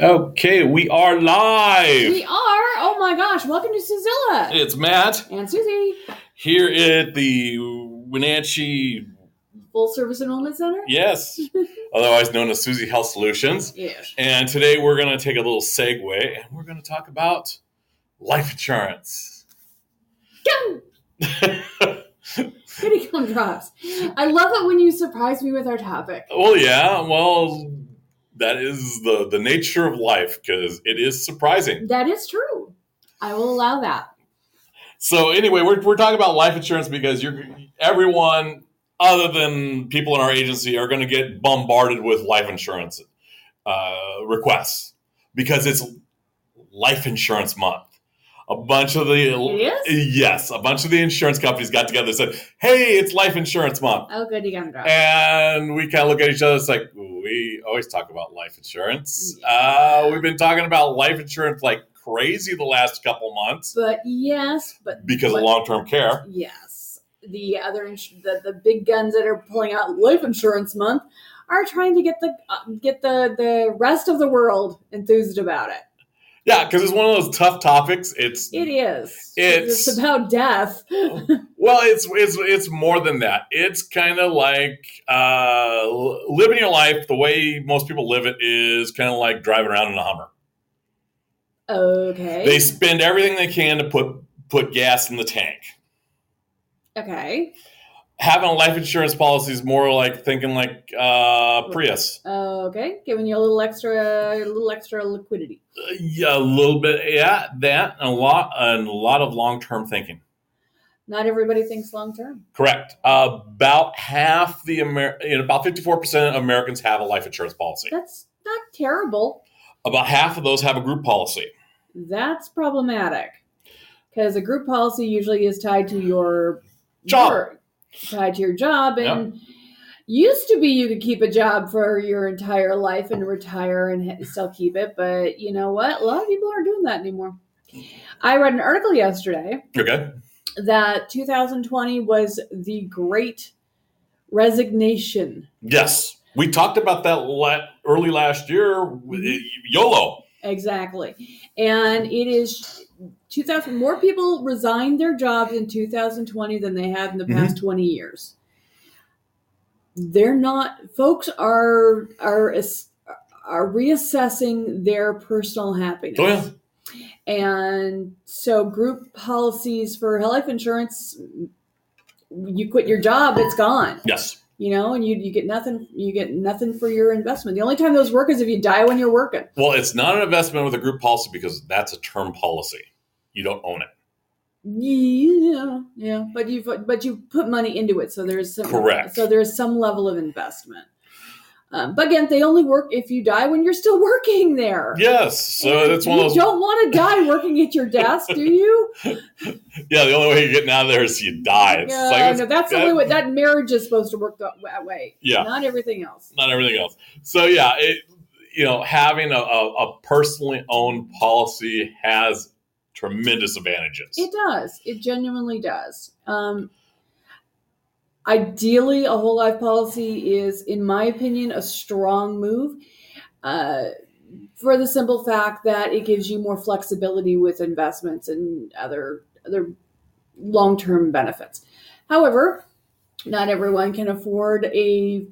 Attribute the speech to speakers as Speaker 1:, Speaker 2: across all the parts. Speaker 1: Okay, we are live.
Speaker 2: We are. Oh my gosh! Welcome to Suzilla
Speaker 1: It's Matt
Speaker 2: and Susie,
Speaker 1: here at the Wenatchee,
Speaker 2: Full Service Enrollment Center.
Speaker 1: yes, otherwise known as Susie Health Solutions.
Speaker 2: Yeah.
Speaker 1: And today we're going to take a little segue and we're going to talk about life insurance.
Speaker 2: Come. Kitty cum drops. I love it when you surprise me with our topic.
Speaker 1: Well, yeah, well, that is the, the nature of life because it is surprising.
Speaker 2: That is true. I will allow that.
Speaker 1: So anyway, we're, we're talking about life insurance because you're everyone other than people in our agency are going to get bombarded with life insurance uh, requests because it's life insurance month. A bunch of the
Speaker 2: It is.
Speaker 1: yes, a bunch of the insurance companies got together and said, "Hey, it's life insurance month,"
Speaker 2: Oh, goody cum drops.
Speaker 1: and we kind of look at each other. It's like we always talk about life insurance. Uh, we've been talking about life insurance like crazy the last couple months
Speaker 2: But yes, but
Speaker 1: because of
Speaker 2: What?
Speaker 1: long-term care.
Speaker 2: yes, the other ins- the the big guns that are pulling out life insurance month are trying to get the uh, get the the rest of the world enthused about it.
Speaker 1: Yeah, because it's one of those tough topics. It's
Speaker 2: It is.
Speaker 1: It's-
Speaker 2: it's about death.
Speaker 1: well, it's it's it's more than that. It's kind of like uh, l- living your life the way most people live it is kind of like driving around in a Hummer.
Speaker 2: Okay.
Speaker 1: They spend everything they can to put put gas in the tank.
Speaker 2: Okay.
Speaker 1: Having a life insurance policy is more like thinking like uh, Prius,
Speaker 2: Okay. Giving you a little extra, a little extra liquidity.
Speaker 1: Uh, yeah, a little bit, yeah, that and a lot and a lot of long term thinking.
Speaker 2: Not everybody thinks long term.
Speaker 1: Correct. About half the Amer- you know, about fifty four percent of Americans have a life insurance policy.
Speaker 2: That's not terrible.
Speaker 1: About half of those have a group policy.
Speaker 2: That's problematic because a group policy usually is tied to your
Speaker 1: Job.
Speaker 2: work, tied to your job, and used to be you could keep a job for your entire life and retire and ha- still keep it. But you know what? A lot of people aren't doing that anymore. I read an article yesterday
Speaker 1: Okay.
Speaker 2: that 2020 was the great resignation.
Speaker 1: Yes, we talked about that la- early last year. with-
Speaker 2: Mm-hmm.
Speaker 1: YOLO.
Speaker 2: Exactly. And it is 2000 more people resigned their jobs in 2020 than they have in
Speaker 1: Mm-hmm.
Speaker 2: the past 20 years. They're not folks are are as- are reassessing their personal happiness.
Speaker 1: Oh, yeah.
Speaker 2: And so group policies for life insurance you quit your job, it's gone.
Speaker 1: Yes.
Speaker 2: you know, and you you get nothing you get nothing for your investment. The only time those work is if you die when you're working.
Speaker 1: Well, it's not an investment with a group policy because that's a term policy. You don't own it.
Speaker 2: Yeah, yeah, but you have but you put money into it, so there's some,
Speaker 1: Correct.
Speaker 2: So there's some level of investment. Um, but again, they only work if you die when you're still working there.
Speaker 1: Yes. So
Speaker 2: And
Speaker 1: that's one
Speaker 2: Mm-hmm. you
Speaker 1: of those.
Speaker 2: don't want to die working at your desk, do you?
Speaker 1: Yeah, the only way you're getting out of there is you die. It's
Speaker 2: Yeah,
Speaker 1: like, it's-
Speaker 2: no, that's the
Speaker 1: that-
Speaker 2: only way that marriage is supposed to work that that way.
Speaker 1: Yeah.
Speaker 2: not everything else.
Speaker 1: not everything else. So yeah, it you know having a, a, a personally owned policy has tremendous advantages.
Speaker 2: It does. It genuinely does. Um, ideally, a whole life policy is, in my opinion, a strong move uh, for the simple fact that it gives you more flexibility with investments and other other long term benefits. However, not everyone can afford a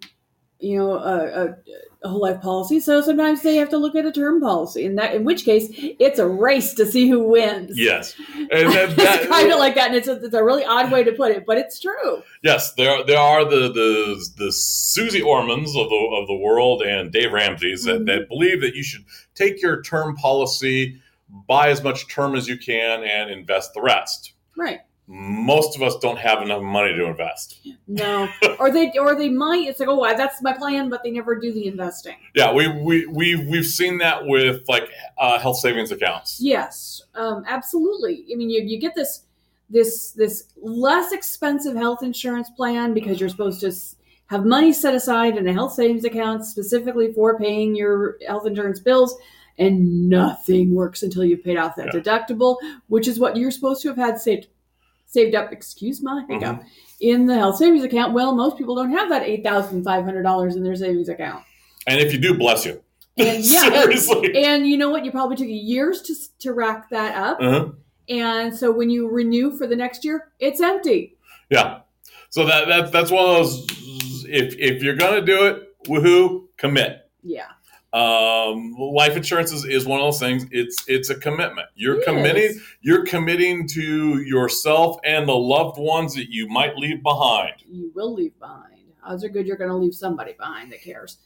Speaker 2: you know a, a, a whole life policy, so sometimes they have to look at a term policy, and that in which case it's a race to see who wins
Speaker 1: Yes, and that,
Speaker 2: it's kind of
Speaker 1: that,
Speaker 2: like that, and it's a, it's a really odd way to put it, but it's true.
Speaker 1: yes, there there are the the the Susie Ormans of the of the world and Dave Ramsey's that,
Speaker 2: Mm-hmm.
Speaker 1: that believe that you should take your term policy, buy as much term as you can, and invest the rest.
Speaker 2: Right?
Speaker 1: Most of us don't have enough money to invest.
Speaker 2: No, or they or they might. It's like, oh, I- that's my plan, but they never do the investing.
Speaker 1: Yeah, we we we we've seen that with like uh, health savings accounts.
Speaker 2: Yes, um, absolutely. I mean, you you get this this this less expensive health insurance plan because you're supposed to s- have money set aside in a health savings account specifically for paying your health insurance bills. And nothing works until you've paid off that
Speaker 1: Yeah.
Speaker 2: deductible, which is what you're supposed to have had saved saved up. Excuse
Speaker 1: Mm-hmm.
Speaker 2: my hiccup in the health savings account. Well, most people don't have that eight thousand five hundred dollars in their savings account.
Speaker 1: And if you do, bless you.
Speaker 2: And yeah,
Speaker 1: Seriously.
Speaker 2: and you know what? You probably took years to to rack that up,
Speaker 1: Uh-huh.
Speaker 2: and so when you renew for the next year, it's empty.
Speaker 1: Yeah. So that, that that's one of those. If if you're gonna do it, woohoo, commit.
Speaker 2: Yeah,
Speaker 1: Um, life insurance is, is one of those things. It's it's a commitment. You're
Speaker 2: It
Speaker 1: committing.
Speaker 2: is.
Speaker 1: You're committing to yourself and the loved ones that you might leave behind.
Speaker 2: You will leave behind. Odds are good you're going to leave somebody behind that cares.